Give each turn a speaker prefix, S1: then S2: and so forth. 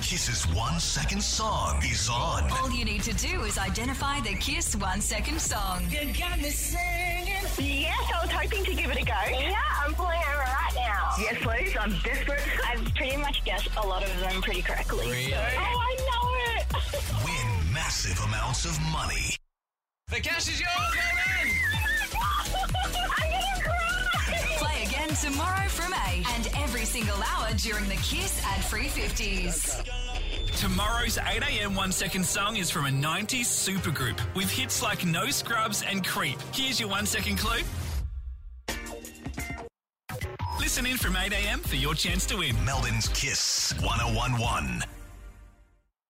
S1: Kiss's one second song is on.
S2: All you need to do is identify the Kiss One Second song.
S3: You got me singing.
S4: Yes, I was hoping to give it a go. Yeah, I'm pulling over right now. Yes, please. I'm desperate. I've pretty much guessed a lot of them pretty correctly.
S3: Really?
S4: Oh, I know it.
S1: Win massive amounts of money.
S3: The cash is yours, my man.
S4: I'm gonna cry.
S2: Play again tomorrow from 8 and every single hour during the Kiss ad free 50s.
S5: Tomorrow's 8am one second song is from a 90s supergroup with hits like No Scrubs and Creep. Here's your one second clue. Listen in from 8am for your chance to win.
S1: oh Melbourne's Kiss 1011.